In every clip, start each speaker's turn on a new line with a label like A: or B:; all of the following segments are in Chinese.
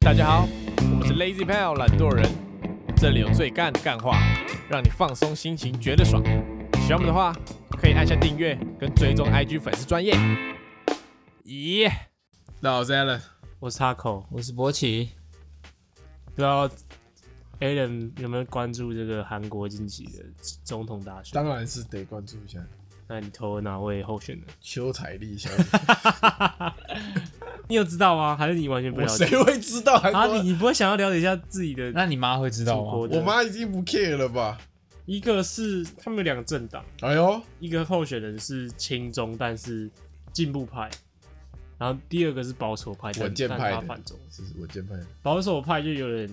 A: 大家好，我们是 Lazy Pal 懒惰人，这里有最干的干话，让你放松心情，觉得爽。喜欢我们的话，可以按下订阅跟追踪 IG 粉丝专业。咦，那我是 Alan，
B: 我是 Taco，
C: 我是博奇，
B: 不知道 Alan 有没有关注这个韩国近期的总统大选？
D: 当然是得关注一下
B: 那你投了哪位候选人？
D: 邱彩丽小姐，
B: 你有知道吗？还是你完 全不
D: 我
B: 了解
D: 谁？会知道韩
B: 啊，
D: 国
B: 你你不会想要了解一下自己的
C: 那你妈会知道
B: 祖国
C: 吗？
B: 的？
D: 啊我妈已经不 care 了吧？
B: 一个是他们有两个政党，
D: 哎呦，
B: 一个候选人是亲中但是进步派，然后第二个是保守派，但
D: 稳健
B: 但
D: 派
B: 他
D: 的
B: 反中。
D: 是我键盘，
B: 保守派就有点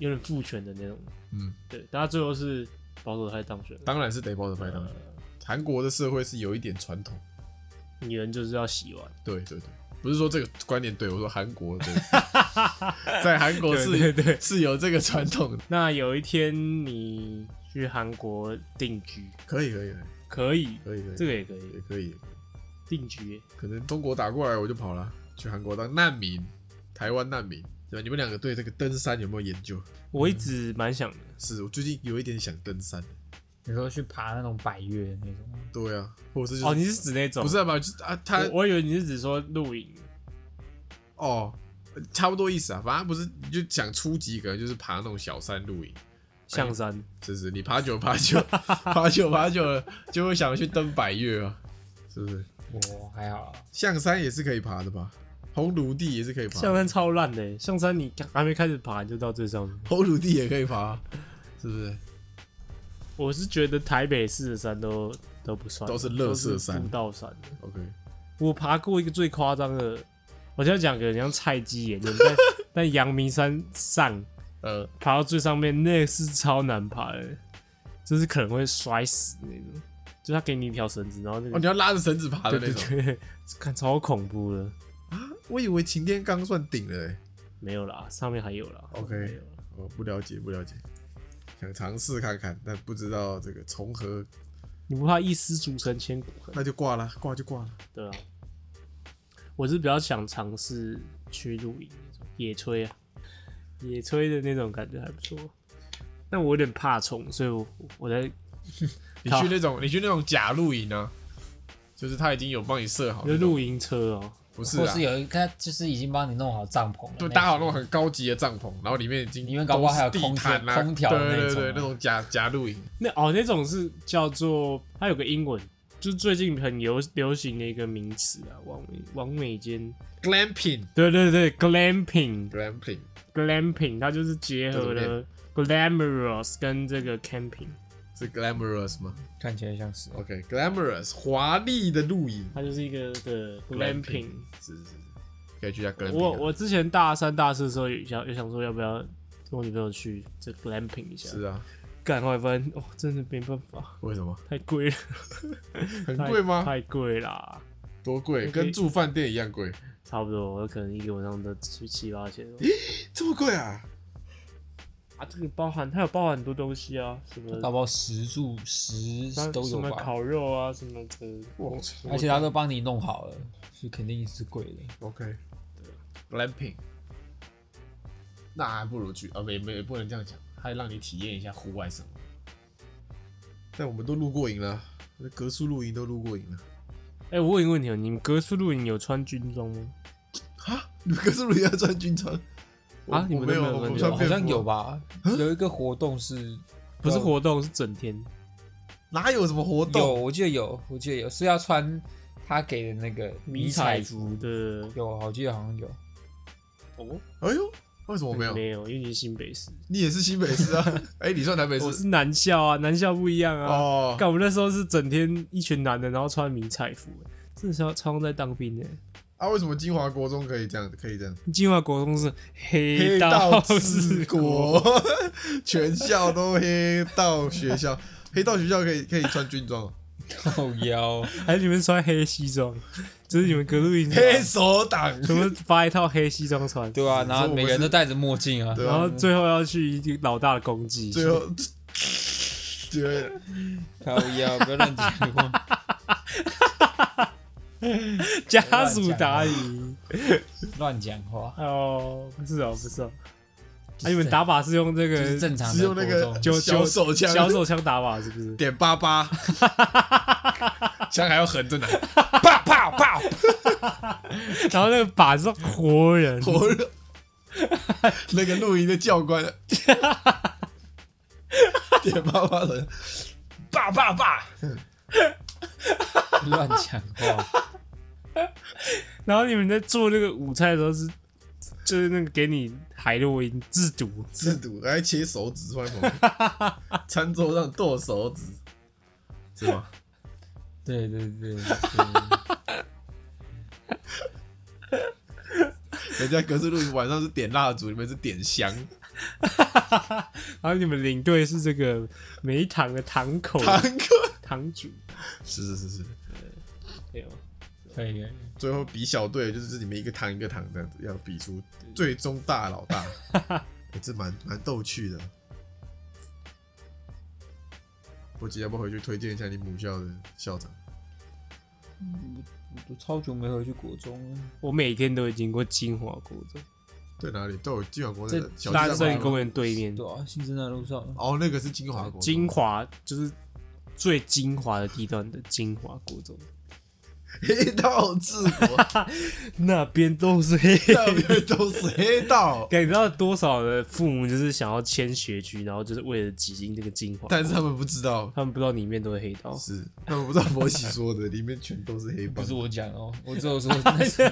B: 有点父权的那种，
D: 嗯，
B: 对，但他最后是保守派当选了。
D: 当然是得抱着拍当选。韩国的社会是有一点传统，
B: 女人就是要洗碗，
D: 对对对，不是说这个观点对，我说韩国 对，在韩国是
B: 对对对
D: 是有这个传统的，
B: 那有一天你去韩国定居，
D: 可以可以可以可
B: 可以，
D: 以可以，
B: 这个也可
D: 也
B: 以
D: 可以，
B: 定居。
D: 可能中国打过来我就跑了，去韩国当难民，台湾难民，对吧？你们两个对这个登山有没有研究？
B: 我一直蛮想的，
D: 是我最近有一点想登山，
C: 你说去爬那种百越那种吗，
D: 对啊，或者是就是
B: 哦，你是指那种？
D: 不是嘛？就是啊，他哎
B: 我，我以为你是指说露营，
D: 哦，差不多意思啊。反正不是，你就想初级，可能就是爬那种小山露营，
B: 象山。
D: 是不是？你爬久爬 久爬久爬久了，就会想去登百越啊，是不是？
C: 我还好啊，
D: 象山也是可以爬的吧？红炉地也是可以爬，
B: 象山超烂的欸，象山你还没开始爬你就到最上面。
D: 红炉地也可以爬，是不是？
B: 我是觉得台北市的山都都不算，
D: 都是垃圾
B: 都
D: 山
B: 是步道山。
D: OK，
B: 我爬过一个最夸张的，我现在讲个很像菜鸡眼， 但但阳明山上
D: 呃，
B: 爬到最上面，那个是超难爬的，就是可能会摔死那种。就他给你一条绳子，然后那
D: 哦，
B: 个
D: 你要拉着绳子爬的
B: 对
D: 那
B: 对
D: 种。
B: 对， 看超恐怖的。
D: 我以为擎天刚算顶了、欸，
B: 没有啦，上面还有啦。
D: OK
B: 没有啦
D: 我不了解，不了解，想尝试看看，但不知道这个从何，
B: 你不怕一失足成千古恨？
D: 那就挂了，挂就挂了。
B: 对啊，我是比较想尝试去露营那种野炊啊，野炊的那种感觉还不错。但我有点怕虫，所以我我在
D: 你去那种，你去那种假露营啊，就是他已经有帮你设好
B: 就
D: 那种，
B: 露营车哦、
D: 不是
C: 或
D: 啊
C: 是，有一个就是已经帮你弄好帐篷了，
D: 就
C: 那
D: 搭好那种很高级的帐篷，然后里面已经
C: 里面搞不好还有
D: 都是地
C: 空调
D: 毯啊，
C: 空调
D: 对
C: 的
D: 对
C: 那种
D: 对
C: 啊，
D: 那种假假露营，
B: 那哦，那种是叫做它有个英文，就是最近很流流行的一个名词啊，王美王美间，
D: glamping
B: 对对对，glamping
D: glamping，
B: glamping，它就是结合了 glamorous 跟这个 camping，
D: 是 glamorous 吗
C: 看起来像是
D: ？OK，glamorous 华丽的露营，
B: 它就是一个的 glamping。
D: 是是是，是可以去一下 glamping 啊。
B: 我我之前大三大四的时候有想有想说要不要跟我女朋友去这 glamping 一下，
D: 是啊，
B: 干后来发现哦，真的没办法，
D: 为什么
B: 太贵了，
D: 很
B: 太
D: 贵吗？
B: 太贵啦。
D: 多贵，
B: 可以
D: 跟住饭店一样贵，
B: 差不多，我可能一个晚上都七七八千哦。
D: 这么贵啊？
B: 啊，这个包含它有包含很多东西啊，什么
C: 搞不好十住十
B: 那
C: 都
B: 什
C: 有
B: 么
C: 吧，
B: 烤肉啊，什么的。
D: 哇
C: 而且他都帮你弄好了，是肯定是贵的。
D: ，OK，对，glamping，那还不如去啊，没没也不能这样讲，还让你体验一下户外生活。但我们都露过营了，那格数露营都露过营了。
B: 哎、我问一个问题哦，你们格数露营有穿军装吗？
D: 哈，你们格数露营要穿军装？我
B: 啊你
D: 我
B: 们
D: 没
B: 都
D: 有，啊嗯
B: 没有
D: 我们
B: 穿军装
D: 穿
C: 好
D: 便服
C: 像有？吧？有一个活动是
B: 不是活动，是整天。
D: 哪有什么活
C: 有，
D: 动？
C: 我记得有，我记得有是要穿他给的那个迷彩
B: 服的
C: 有，我记得好像有。
B: 哦，
D: 哎呦，为什么没有？
B: 没有，因为你是新北市，
D: 你也是新北市啊？ 哎，你算台北
B: 我
D: 市？
B: 是男校啊，男校不一样啊。
D: 哦，
B: 干、我们那时候是整天一群男的，然后穿迷彩服、欸，真的是要超像在当兵哎、
D: 啊，为什么金华国中可以这样？可以这样？
B: 金华国中是黑
D: 黑
B: 道
D: 道
B: 治
D: 治
B: 国，
D: 国， 全校都黑道学校，黑道学校可以可以穿军装哦，
C: 靠腰，
B: 还是你们穿黑西装？就是你们格路营
D: 黑手党，
B: 全部发一套黑西装穿，
C: 对啊，然
D: 所以
C: 后
D: 我
C: 每
D: 们
C: 个人
D: 是
C: 都戴着墨镜啊，
D: 对
B: 然后最后要去一个老大的攻击，
D: 最后对，
C: 靠腰，不要乱讲话。
B: 家属答疑。
C: 乱讲话。
D: 啊
B: 哦，不是哦，不是哦，
C: 就
B: 啊，
C: 是
B: 你们打靶是用这
C: 就
B: 个
C: 是正常
D: 只
C: 的
D: 有那
C: 国
D: 个
C: 中，
B: 九
D: 小手枪，
B: 小手枪打靶是不是？
D: 点八八，枪还要横 着拿，
C: 啪啪啪，
B: 然后那个靶是活人，
D: 火热。 那个露营的教 官，点八八的，爸爸爸，
C: 乱讲话，
B: 然后你们在做那个午餐的时候是，就是那个给你海洛因制毒，
D: 制毒还切手指放在旁边，餐桌上剁手指，是吗？
C: 对对对对，
D: 人家格式露营晚上是点蜡烛，你们是点香，
B: 然后你们领队是这个梅糖的堂口
D: 堂哥，
B: 堂主，
D: 是是是是，
B: 没有
C: 可以可以，
D: 最后比小队就是你们一个堂一个堂这样子，要比出最终大老 大，欸这蛮蛮逗趣的。波吉要不要回去推荐一下你母校的校长？
C: 我都超久没回去国中了，
B: 我每天都会经过金华国中，
D: 对哪里都有金华国
C: 这
D: 中的小
B: 大
D: 巨
C: 山
B: 圣
D: 蛋堡
C: 公
B: 公园对面，
C: 对啊，新生南路上，
D: 哦，那个是金华国中
B: 金。 华就是最精华的地段的金华国中，
D: 黑道治国，
B: 那边都是黑。
D: 那边都是黑道，
B: 感觉到多少的父母就是想要迁学区，然后就是为了挤进这个精华，
D: 但是他们不知道，
B: 他们不知道里面都是黑 道。
D: 是他们不知道博喜说的，里面全都是黑
C: 不
D: 帮
C: 是。我讲哦，我只 有说，那是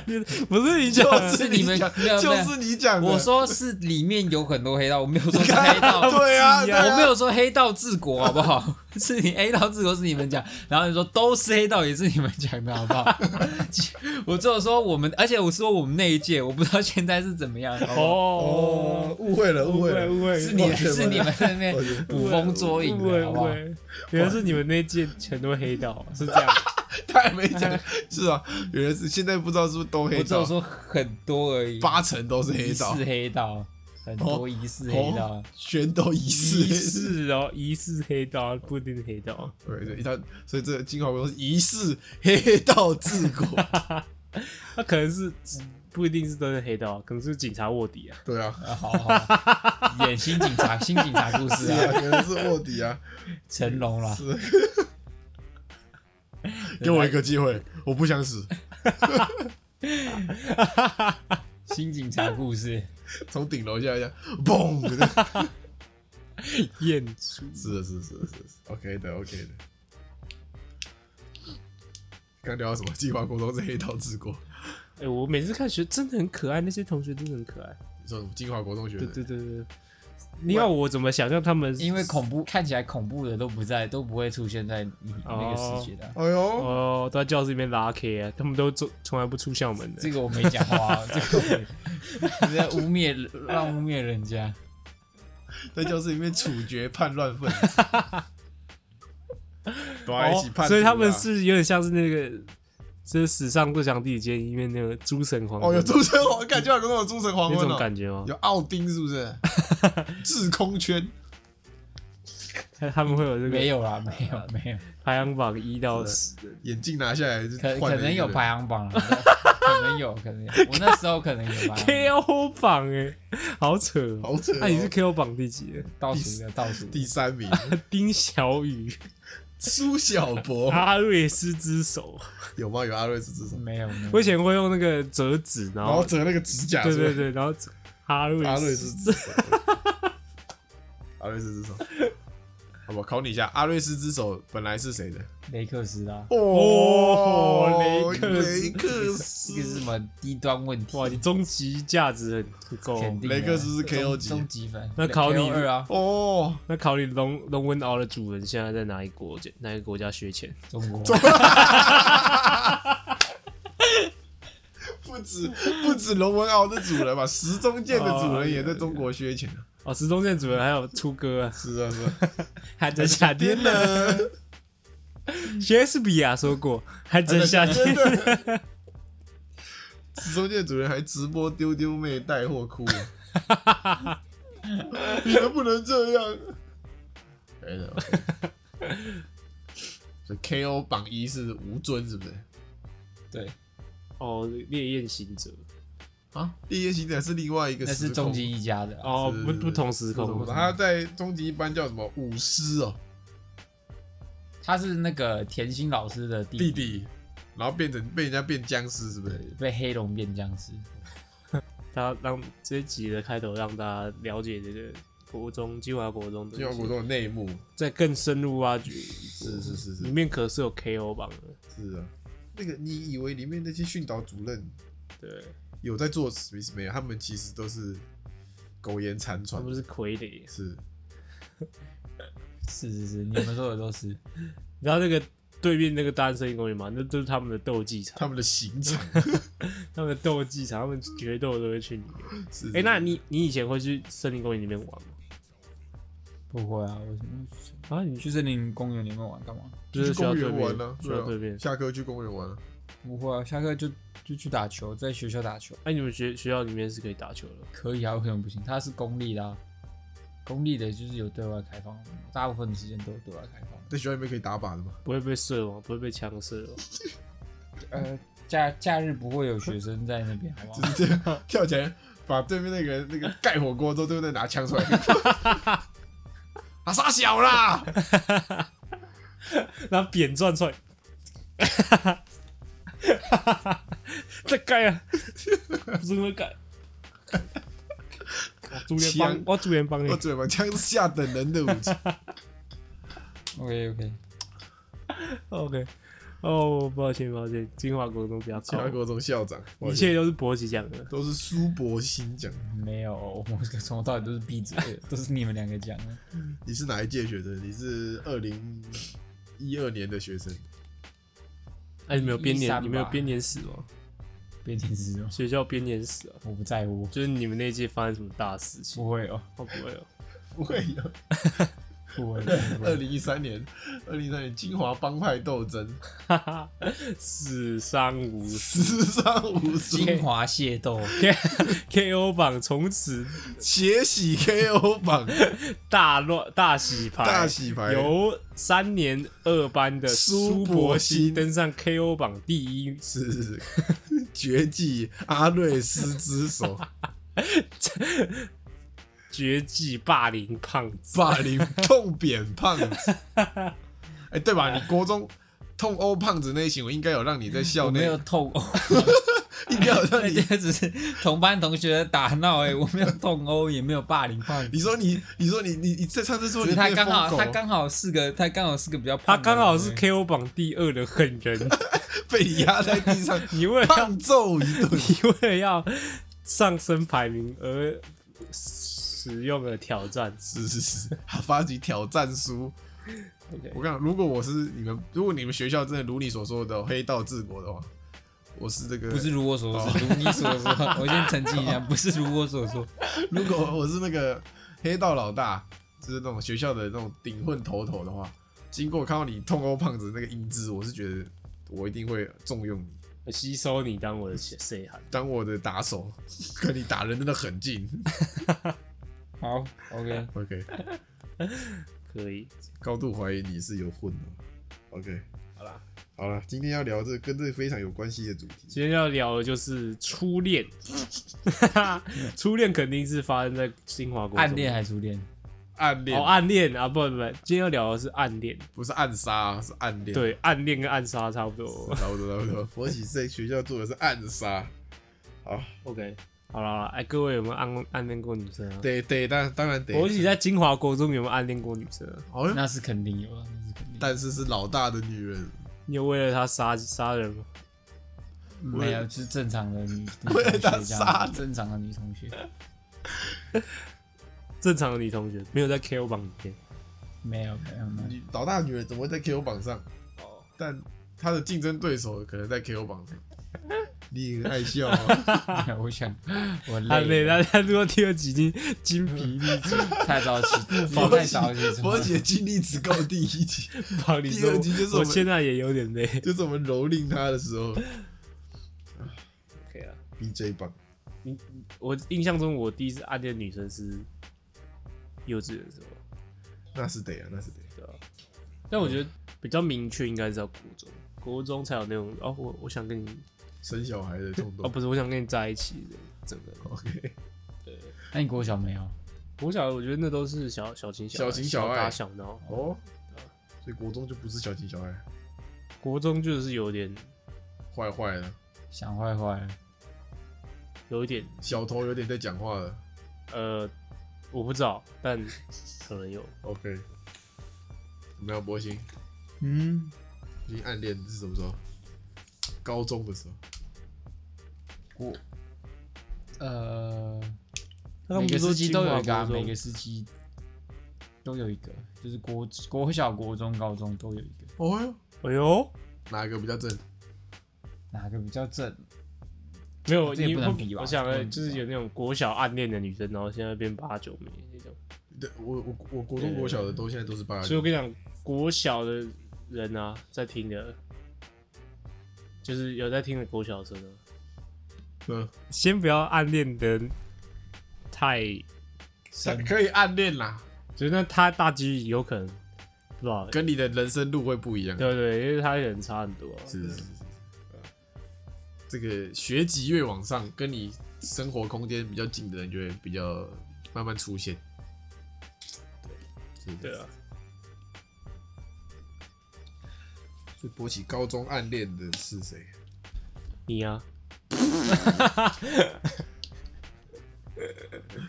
B: 不是你讲的，
D: 就是
C: 你们
D: 讲，
C: 没有
D: 就
C: 没有
D: 是你讲的。
C: 我说是里面有很多黑道，我没有说是黑道，
D: 对啊，
B: 不是
D: 对
B: 一样
D: 啊
C: 我没有说黑道治国，好不好？ 是你黑道治国是你们讲，然后你说都是黑道也是你们讲的，好不好？ 我只有说我们，而且我说我们那一届，我不知道现在是怎么样，
B: 哦
D: 哦，，误会了，误会了，
B: 误会，
C: 是你
D: 抱歉
C: 是你们在那边
D: 抱歉
C: 捕风捉影
B: 误会
C: 的，好
B: 误
C: 不好？
B: 会，原来是你们那届全都黑道，是这 样。
D: 他还没讲，是啊，原来是现在不知道是不是都黑
C: 我只有
D: 道，
C: 说很多而已，
D: 八成都是黑
C: 疑
D: 道
C: 似，黑道，很多疑似黑道
D: 哦，，全都疑似黑
B: 疑
D: 道。
B: 似哦，疑似黑道，不一定是黑道。
D: 对对，他所以这个金华国中是疑似黑道治 国，
B: 他可能是不一定是都是黑道，啊可能是警察卧底啊。
D: 对啊，
C: 啊好好 演新警察，新警察故事
D: 是啊，
C: 啊，
D: 可能是卧底啊。
C: 成龙
B: 啊
C: 啦，
D: 给我一个机会，我不想死，
C: 新警察故事，
D: 从顶楼下一下，嘣！
B: 燕珠，
D: 是的，是的是的是的是的，OK 的，OK 的。刚聊到什么？金华国中是黑道治国，
B: 哎、我每次看学真的很可爱，那些同学真的很可爱。
D: 你说什么？金华国中学
B: 对
D: 生
B: 对对对，你要我怎么想象他们？
C: 因为恐怖看起来恐怖的都不在，都不会出现在你那个视觉的啊。
D: 哎呦，
B: 哦，都在教室里面拉 K 啊，他们都从从来不出校门的。
C: 这个我没讲话、啊，这个 我你在污蔑，乱污蔑人家。
D: 在教室里面处决叛乱 分子，都在一起叛徒啊、
B: 哦所以他们是有点像是那个，就是史上最强地界里面那个诸神黄
D: 哦，
B: 昏
D: 有诸神黄，感觉好像有诸神黄
B: 那
D: 昏
B: 种
D: 哦，
B: 感觉吗？
D: 有奥丁是不 是？制空圈
B: 他们会有这
C: 没
B: 个
C: 有啦，没有没有，
B: 排行榜一到十的，
D: 眼镜拿下来就
C: 可
D: 换了
C: 可能
D: 一个
C: 有
D: 人
C: 排行榜啦，可能有，可能有。我那时候可能有吧，
B: KO 榜哎，好扯哦！
D: 啊好扯哦
B: 那你是 KO 榜第几的？
C: 倒数的倒数的。
D: 第三名，
B: 丁小雨，
D: 苏小博
B: 阿瑞斯之手。
D: 有吗？有阿瑞斯之手，
C: 没有，没有
B: 我以前会用那个折纸，然
D: 然后
B: 后
D: 折那个指甲，
B: 对
D: 是不是
B: 对对，然后折阿瑞
D: 阿瑞
B: 斯
D: 斯之手，阿瑞斯之手。好吧，考你一下，阿瑞斯之手本来是谁的？
C: 雷克斯啊，
B: 哦雷克斯
D: 雷克
C: 这个是什
D: 斯，
C: 么低端问题？啊
B: 哇，你终极价值很很够哦。
C: 肯定的
D: 雷克斯是 KO
C: 终
D: 级
C: 终极粉，
B: 那考你
C: KO 二啊，
D: 哦，
B: 那考虑龙龙纹鳌的主人现在在哪一国家哪一个国家学钱？
C: 中国
D: 不止不止龙文敖的主人吧，石中剑的主人也在中国削钱啊，
B: 哦，石中剑主人还有出歌、啊，
D: 是啊是啊，
B: 还在夏天 呢。莎士比亚说过，还在夏 天。
D: 石中剑主人还 直播丢丢妹带货哭啊，你能不能这样？哎啊可以的，OK，所以 KO 榜一是吴尊是不是？
C: 对，
B: 哦，烈焰行者，
C: 啊，
D: 《猎夜行者》是另外一个
C: 那
D: 时
C: 是
D: 空，
C: 终极一家的啊。
B: 哦，
D: 是
B: 不不同时
D: 不同
B: 空
D: 的，，他在终极一班叫什么舞狮哦，
C: 他是那个甜心老师的弟
D: 弟，弟，然后变成被人家变僵尸，是不是？
C: 被黑龙变僵尸。
B: 他让这一集的开头让大家了解这个国中金华国中的
D: 金华国中的内幕，
B: 再更深入挖掘，
D: 是是是
B: 里
D: 是
B: 面可是有 KO 榜的，
D: 是啊。那个你以为里面那些训导主任
B: 对，
D: 有在做什么？没有，他们其实都是苟延残
B: 他
D: 喘，
B: 们是傀儡。
D: 是
C: 是是是，你们说的都是。
B: 然后那个对面那个大安森林公园嘛，那都是他们的斗技场，
D: 他们的刑场。
B: 他们的斗技场，他们决斗都会去里面。
D: 是
B: 哎、那你你以前会去森林公园里面玩吗？
C: 不会啊，为什么会去森林？
B: 啊，你
C: 去森林公园里面玩干嘛？
B: 就
D: 去
B: 是学校
D: 公
B: 对
D: 园玩
B: 面，
D: 呢？
B: 学校对面。
D: 下课去公园玩啊。
C: 不会啊，下课就就去打球，在学校打球
B: 哎、你们学学校里面是可以打球的，
C: 可以啊，为什么不行？它是公立的、啊，公立的就是有对外开放，大部分的时间都有对外开放。
D: 在学校里面可以打靶的吗？
B: 不会被射吗？不会被枪射吗？
C: 呃，假假日不会有学生在那边，好不 好？
D: 就是这样跳起来，把对面那个人那个盖火锅之后，对面再拿枪出 来。啊，傻小啦！
B: 拿扁钻 出来，再改 啊，怎么改？ 我主人
D: 枪，
B: 帮我主人帮你
D: 我。嘴巴枪是下等人的武 器。
C: OK OK，
B: OK，哦，抱歉抱歉，金华国中比较
D: 其他
B: 高，
D: 国中校长，
B: 一切都是博奇讲的。
D: 都是苏博新讲。
C: 没有，我们从头到尾都是闭嘴的，都是你们两个讲的。
D: 你是哪一届学生？你是二零一二年的学生，
B: 哎、你们有编
C: 13吧
B: 年，你们有编年史吗？
C: 别停止哦，
B: 学校编年史啊，
C: 我不在乎，
B: 就是你们那一届发生什么大事情？
C: 不会哦，
B: 哦，不会哦，
D: 不会有。
C: 不会，不
D: 二
C: 会。
D: 零一三年，二零一三年金华帮派斗争，
B: 哈哈，死伤无数
D: 时尚武术
C: 精华械斗，
B: ，KO 榜从此
D: 血洗 KO 榜，
B: 大乱大洗牌，
D: 大洗牌
C: 哎
B: 由三年二班的
D: 苏
B: 苏
D: 博
B: 博
D: 西
B: 西登上 KO 榜第一，
D: 是是是，绝技阿瑞斯之手，
B: 绝技霸凌胖子，
D: 霸凌痛扁胖子。哎、对吧？你国中痛殴胖子那行为，应该有让你在校
C: 我没
D: 内，
C: 有痛殴，
D: 应该有让
C: 大
D: 你。
C: 家只是同班同学打闹哎、我没有痛殴，也没有霸凌胖子
D: 你。说你，你说你，你你在上次说
C: 只
D: 你
C: 是他
D: 变
C: 刚
D: 疯
C: 好，
D: 狗
C: 他刚好是个，他刚好是个比较
B: 他
C: 胖的人，
B: 刚好是
C: 哎
B: KO 榜第二的狠 人，
D: 被你压在地 上，
B: 你为了要
D: 胖揍一顿。
B: 你为了要上升排名而使用了挑战。
D: 是是是，他发起挑战书。
B: OK，
D: 我跟你讲，如果我是你们，如果你们学校真的如你所说的黑道治国的话，我是这个
C: 不是如我所说，如你所说。我先澄清一下，不是如我所说。
D: 如果 我是那个黑道老大，就是那种学校的那种顶混头头的话，经过看到你痛殴胖子那个英姿，我是觉得我一定会重用你，
B: 我吸收你当我的谁喊？
D: 当我的打手，跟你打人真的很近。
C: 好，OK，
D: OK，
B: 可以，
D: 高度怀疑你是有混的。OK，
B: 好啦，
D: 好了，今天要聊这个跟这个非常有关系的主题，
B: 今天要聊的就是初恋，初恋肯定是发生在新华国中
C: 暗恋还是初恋？
D: 暗恋、
B: 哦，暗恋啊，不不不，今天要聊的是暗恋，
D: 不是暗杀啊，是暗恋。，
B: 对，暗恋跟暗杀差不多。
D: 差不多差不多。佛喜在学校做的是暗杀。哦好，
B: OK，好了好了，哎，各位有没有暗暗恋过女生啊？，
D: 得得，当当然得，
B: 我一起在金华国中有没有暗恋过女生啊？
D: 好像，
C: 那是肯定有啊，那是肯定有。
D: 但是是老大的女人。
B: 你有为了她杀杀人吗？
C: 没有，就是正常的 女女
D: 嗯为了他
C: 同学这
D: 杀
C: 样，正常的女同学
B: 正常的女同学没有在 KO 榜里面。
C: 没有没有没有。
D: 女老大女人怎么会在 KO 榜上？但她的竞争对手可能在 KO 榜上。你很爱笑啊！
C: 我 想我
B: 啊，
C: 累
B: 对，
C: 了，
B: 大家如果听了几斤精疲力尽，
C: 太早 起，
D: 我
C: 我太早起床
D: 我
C: 了。
D: 姐经历只够第一集，
B: 帮你
D: 第
B: 说
D: 二，集就是我
B: 我
D: 们
B: 现在也有点累。
D: 就是我们蹂躏她的时候。
B: OK 了，
D: BJ 榜
B: 我印象中我第一次暗恋女生是幼稚园的时候，
D: 那是得啊，那是得。
B: 对啊。但我觉得比较明确应该是到国中，国中才有那种哦，我我想跟你
D: 生小孩的冲
B: 哦，
D: 动
B: 不是，我想跟你在一起的。整个。
D: OK，
C: 那你国小没有？
B: 我小我觉得那都是小小情小
D: 小情小爱
B: 打小闹。
D: 哦，所以国中就不是小情小爱，
B: 国中就是有点
D: 坏坏的，
C: 想坏坏了，
B: 有一点
D: 小头有点在讲话了。
B: 呃，我不知道，但可能有。
D: OK，怎么样，博兴？
C: 嗯，
D: 你暗恋是什么时候？高中的时候，
C: 我呃，
B: 他
C: 每
B: 们不
C: 个
B: 是
C: 司
B: 说
C: 机
B: 清
C: 都有
B: 华
C: 一个、啊，
B: 国中
C: 每个司机都有一个，就是国国小、国中、高中都有一个，
D: 哦哟，
B: 哎呦，
D: 哪一个比较正？
C: 哪个比较正？
B: 没有，
C: 这也
B: 你
C: 不能比吧
B: 我想
C: 不能
B: 了，
C: 比吧
B: 就是有那种国小暗恋的女生，然后现在变八九妹那种。
D: 对，我我我国中国小的都现在都是八
B: 所以
D: 九
B: 我，跟你讲，国小的人啊，在听的，就是有在听的国小生啊，
D: 嗯，
B: 先不要暗恋的太，
D: 可以暗恋啦，
B: 就是那他大几率有可能不知道，
D: 跟你的人生路会不一样。
B: 对对，因为他人差很多啊、
D: 是是是是，呃这个学籍越往上，跟你生活空间比较近的人就会比较慢慢出现。对，是
B: 对啊。。
D: 所以博起高中暗恋的是谁？
B: 你啊，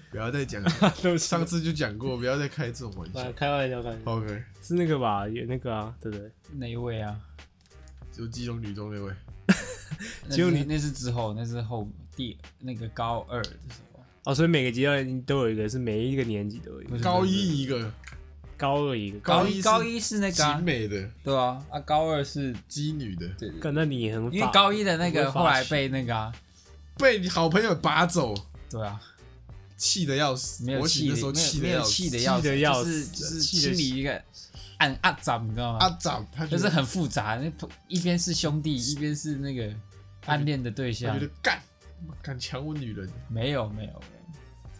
D: 不要再 讲了，
B: 对不起
D: 上次就哦讲过，不要再开这种玩
B: 来
D: 笑。
B: 开玩笑，开玩笑，
D: OK，
B: 是那个吧？有那个啊，对不对？
C: 哪一位啊？
D: 就基隆女中那位，
C: 那
B: 只有
C: 是
B: 你
C: 那是之后，那是后第那个高二的时候，
B: 哦，所以每个阶段都有一个，是每一个年级都有一
C: 不
B: 个，
C: 是
D: 高一一个，
B: 高二一个，
D: 高一
C: 一
D: 是
C: 高一是那个、
D: 集
C: 啊，
D: 美的，
C: 对啊，啊高二是
D: 基女的，
C: 对对对
B: 干那你也很法，
C: 因为高一的那
B: 不
C: 个
B: 会发
C: 后来
B: 现
C: 被那个、啊，
D: 被你好朋友拔走，
C: 对啊，
D: 气的要死。
C: 没有
D: 我
C: 气
D: 起
C: 的，
D: 那时候
C: 没有
D: 气
C: 没
D: 的
C: 有
D: 要死，
B: 气
C: 气的要死，
B: 得要
C: 就是
B: 死啊
C: 就是
B: 气得
C: 心里一个暗暗长，你知道吗？
D: 阿长他觉
C: 就
D: 得
C: 是很复杂，那一边是兄弟，一边是那个暗恋的对
D: 我
C: 象
D: 觉，得干，敢抢我女人？
C: 没有没有，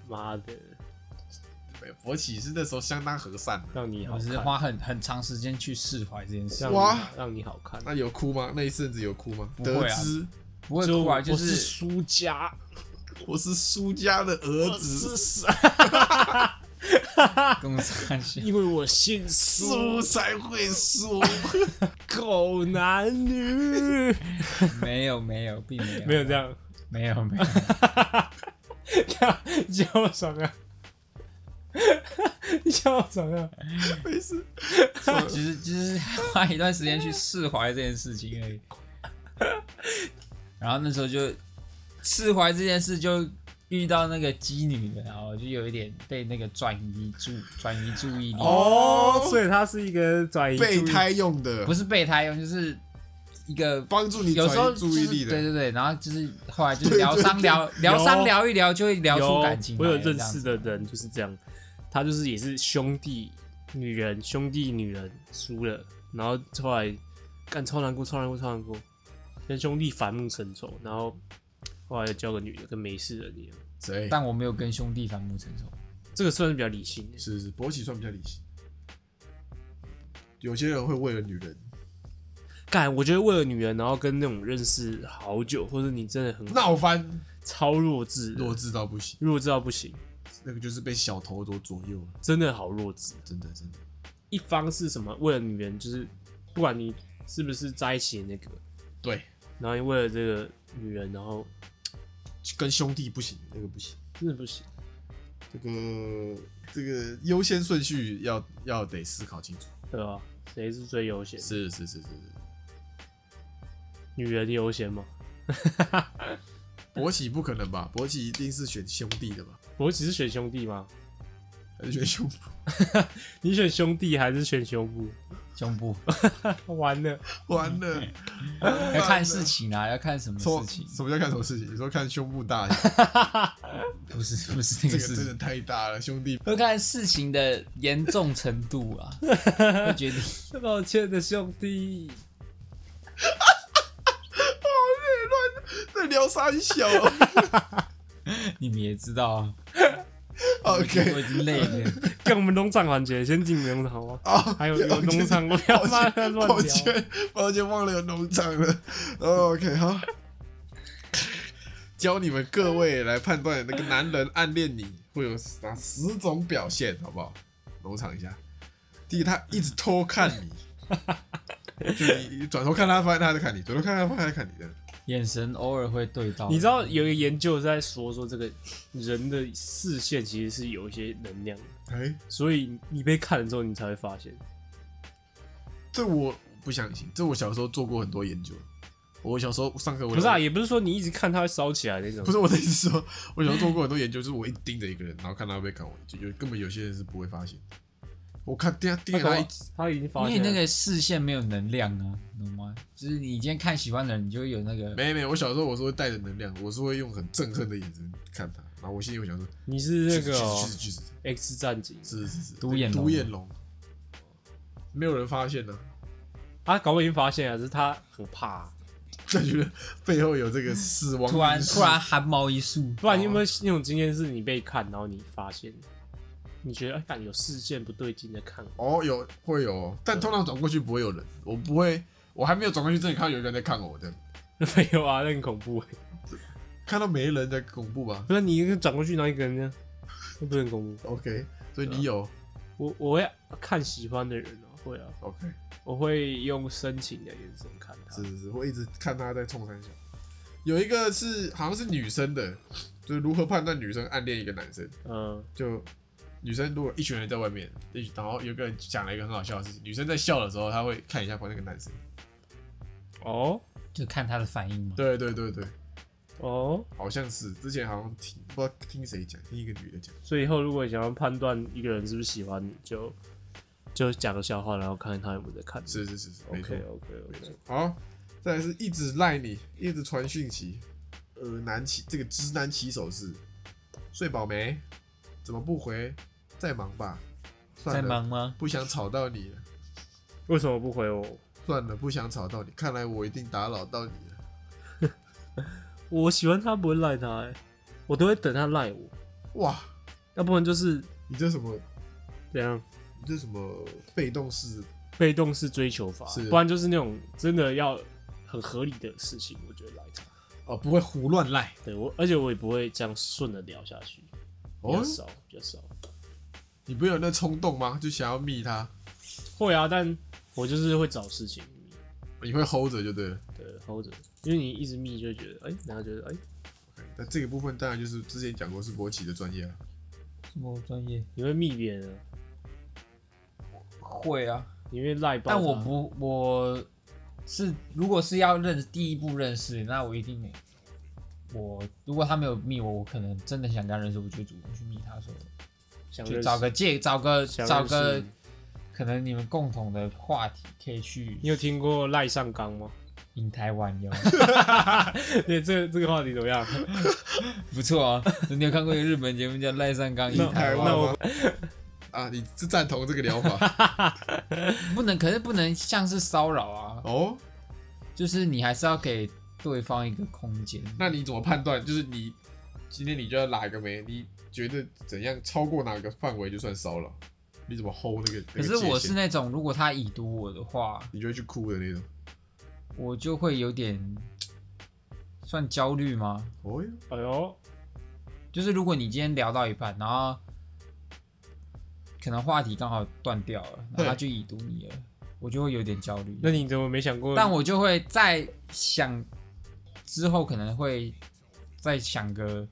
B: 妈的，
D: 没有博起哎是那时候相当和善的。
B: 让你好
C: 我只是
B: 看，
C: 花很很长时间去释怀这件事
B: 让，你
D: 哇
B: 让你好看，
D: 那有哭吗？那一阵子有哭吗？
C: 不
D: 得
C: 会啊
D: 知
C: 不会
B: 就
C: 哭啊，就
B: 我是
C: 是
B: 输家，
D: 我是苏家的儿
B: 是
D: 子，
B: 是，
C: 跟 我上下
B: 因为我姓苏
D: 输，才会 输。
B: 狗男女，
C: 没有没有，并没 有
B: 没有这样，
C: 没有没有，
B: 你笑我爽啊， 你笑我爽啊，
D: 没事，
C: 只是就是花一段时间去释怀这件事情而已。 然后那时候就释怀这件事，就遇到那个基女的，然后就有一点被那个转移注转移注意力，
B: 哦，所以他是一个转移注意
D: 备，胎用的
C: 不，是被他用，就是一个
D: 帮助你
C: 有
D: 转
C: 时候
D: 移
C: 就
D: 注
C: 是
D: 意力
C: 对
D: 的。
C: 对对，然后就是后来就是疗伤 聊疗伤聊一聊，就会聊出
B: 有
C: 感情来
B: 我
C: 了。
B: 有认
C: 这样
B: 识
C: 子
B: 的人就是这样，他就是也是兄弟女人，兄弟女人输了，然后后来干超难过，超难过，超难过，跟兄弟反目成仇，然后后来又交个女的，跟没事人一样。
D: 谁？
C: 但我没有跟兄弟反目成仇。
B: 这个算是比较理性的，
D: 是是，博起算比较理性。有些人会为了女人
B: 干，我觉得为了女人，然后跟那种认识好久，或者你真的很
D: 闹翻，
B: 超弱智的，
D: 弱智到不行，
B: 弱智到不行，
D: 那个就是被小头所左右了，
B: 真的好弱智。
D: 真的真的。
B: 一方是什么？为了女人，就是不管你是不是在一起的那个，
D: 对，
B: 然后你为了这个女人，然后
D: 跟兄弟不行，那个不行。
B: 真的不行。
D: 这个这个优先顺序要要得思考清楚。
B: 对吧？谁是最优先？
D: 是是是是是，
B: 女人优先吗？
D: 博起不可能吧？博起一定是选兄弟的吧？
B: 我只是选兄弟吗？
D: 还是选兄弟？
B: 你选兄弟还是选胸部？
C: 胸部
B: 完了，
D: 完了，
C: 要看事情啊，要看什么
D: 说
C: 事情？
D: 什么叫看什么事情？你说看胸部大，
C: 不是不是那
D: 这个
C: 个事
D: 真的
C: 情，
D: 太大了，兄弟。
C: 要看事情的严重程度啊，会决定。
B: 抱歉的兄弟，
D: 在聊三小
C: 你们也知道啊，我
D: ，OK，
C: 已经累了。
B: 跟我们农场环节，先进农场好吗？
D: 啊，
B: 还有有
D: 抱歉
B: 农场，我不要骂他乱
D: 抱
B: 聊。
D: 歉，抱歉，忘了有农场了。哦 OK，好。教你们各位来判断那个男人暗恋你会有哪十种表现，好不好？农场一下，第一，他一直偷看你，就你你转头看他，发现他在看你；转头看他，发现他在看你的。
C: 眼神偶尔会对到。
B: 你知道有一个研究在说说这个人的视线其实是有一些能量的，
D: 哎、
B: 所以你被看了之后，你才会发现。
D: 这我不相信，这我小时候做过很多研究。我小时候上课，我
B: 不是啊，也不是说你一直看它会烧起来 那种。
D: 不是我的意思说，我小时候做过很多研究，就是我一直盯着一个人，然后看他会不会看我，就有根本有些人是不会发现的。我看盯盯
B: 它
D: 着他
B: 搞
D: 一
B: 不好，它已经发
C: 因
B: 现
C: 为
B: 了
C: 那个视线没有能量啊，懂吗？就是你今天看喜欢的人，你就会有那个
D: 没没，我小时候我是会带着能量，我是会用很憎恨的眼神看他，然后我心里会想说，
B: 你 是那个哦
D: 去死去死去死
B: X 战警，
D: 是是是，
C: 独
D: 对
C: 眼龙
D: 独眼龙，没有人发现呢、
B: 他啊搞不好已经发现了，只是他很怕啊。
D: 就觉得背后有这个死亡
C: 突然
D: 因素
C: 突然汗毛一竖，
B: 不然你有没有那种经验，是你被看，然后你发现，你觉得哎，感有视线不对劲的看我，
D: 哦有会有哦，但通常转过去不会有人，我不会，我还没有转过去之前看到有一个人在看我，这样
B: 没有啊，那很恐怖欸。
D: 看到没人在恐怖吧
B: 不是你一个转过去，然后一个人呢，那不是很恐怖。
D: ？OK，所
C: 啊
D: 以你有、
B: 我我会看喜欢的人哦、会啊，
D: OK，
B: 我会用深情的眼神看他
D: 是。是是，我一直看他在冲三小。有一个是好像是女生的，就是如何判断女生暗恋一个男生。
B: 嗯，
D: 就女生如果一群人在外面，一然后有个人讲了一个很好笑的事情，女生在笑的时候，她会看一下旁边那个男生。
B: 哦
C: 就看他的反应嘛。
D: 对对对对，
B: 哦，
D: 好像是之前好像听不知道听谁讲，听一个女的讲，
B: 所以以后如果想要判断一个人是不是喜欢你，就就讲个笑话，然后看看他有没有在看你。
D: 是是是是，没错
B: OK。OK 哦 OK，
D: 好，再来是一直赖你，一直传讯息，呃，男骑这个直男骑手是睡饱没？怎么不回？在忙吧，算
C: 在
D: 了，
C: 忙吗？
D: 不想吵到你了，
B: 为什么不回我？
D: 算了，不想吵到你，看来我一定打扰到你了。
B: 我喜欢他不会赖他、欸，我都会等他赖我，
D: 哇，
B: 要不然就是
D: 你这什么？
B: 怎样
D: 你这什么被动式
B: 被动式追求法
D: 是，
B: 不然就是那种真的要很合理的事情，我觉得赖他。
D: 哦，不会胡乱赖
B: 对我，而且我也不会这样顺着聊下去，比
D: 哦
B: 较少，比较少。
D: 你不是有那冲动吗？就想要密他，
B: 会啊，但我就是会找事情密，
D: 你会 hold 着就对了。
B: 对，hold 着，因为你一直密就会觉得，哎、然后觉得，哎、
D: 那这个部分当然就是之前讲过是国企的专业啊了。
C: 什么专业？
B: 你会密别人、啊，
C: 会啊，
B: 你会赖爆他。
C: 但我不，我是如果是要认第一步认识，那我一定我如果他没有密我，我可能真的想跟他认识，我就主动去密他说，
B: 想认
C: 就
B: 识
C: 找个借，找个
B: 想
C: 找
B: 认识
C: 个
B: 你
C: 可能你们共同的话题可以去
B: 你有听过赖上纲吗？
C: 引台湾哟，
B: 对，这个这个话题怎么样？
C: 不错啊。你有看过一个日本节目叫《赖上刚引
B: 那
C: 台湾
B: 那》
C: 吗？
B: 我
D: 啊，你是赞同这个疗法
C: 不能，可是不能像是骚扰啊，
D: 哦？
C: 就是你还是要给对方一个空间。
D: 那你怎么判断？就是你今天你就要哪个没？你觉得怎样超过哪个范围就算骚扰？你怎么 hold 那个？
C: 可是
D: 那个界
C: 我
D: 限
C: 是那种，如果他已读我的话，
D: 你就会去哭的那种。
C: 我就会有点算焦虑吗？
D: 哦哟，
B: 哎呦，
C: 就是如果你今天聊到一半，然后可能话题刚好断掉了，然后
D: 对
C: 他就已读你了，我就会有点焦虑。
B: 那你怎么没想过？
C: 但我就会再想之后可能会再想个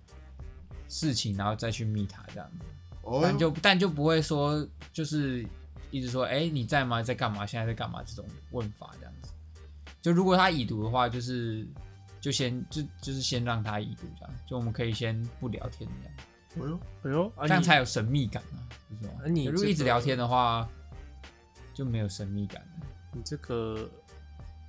C: 事情，然后再去密他这样子，
B: 哎
D: 哦
C: 但
D: 哟，
C: 就但就不会说就是一直说哎、你在吗在干嘛现在在干嘛这种问法这样子。就如果他已读的话，就是就先就就是先让他已读这样，就我们可以先不聊天这样，
D: 哦哟，
B: 哎呦，啊、
C: 这样
B: 你
C: 才有神秘感啊，不是吗
B: 啊你
C: 如果
B: 这
C: 一直
B: 个
C: 聊天的话，就没有神秘感了。
B: 你这个，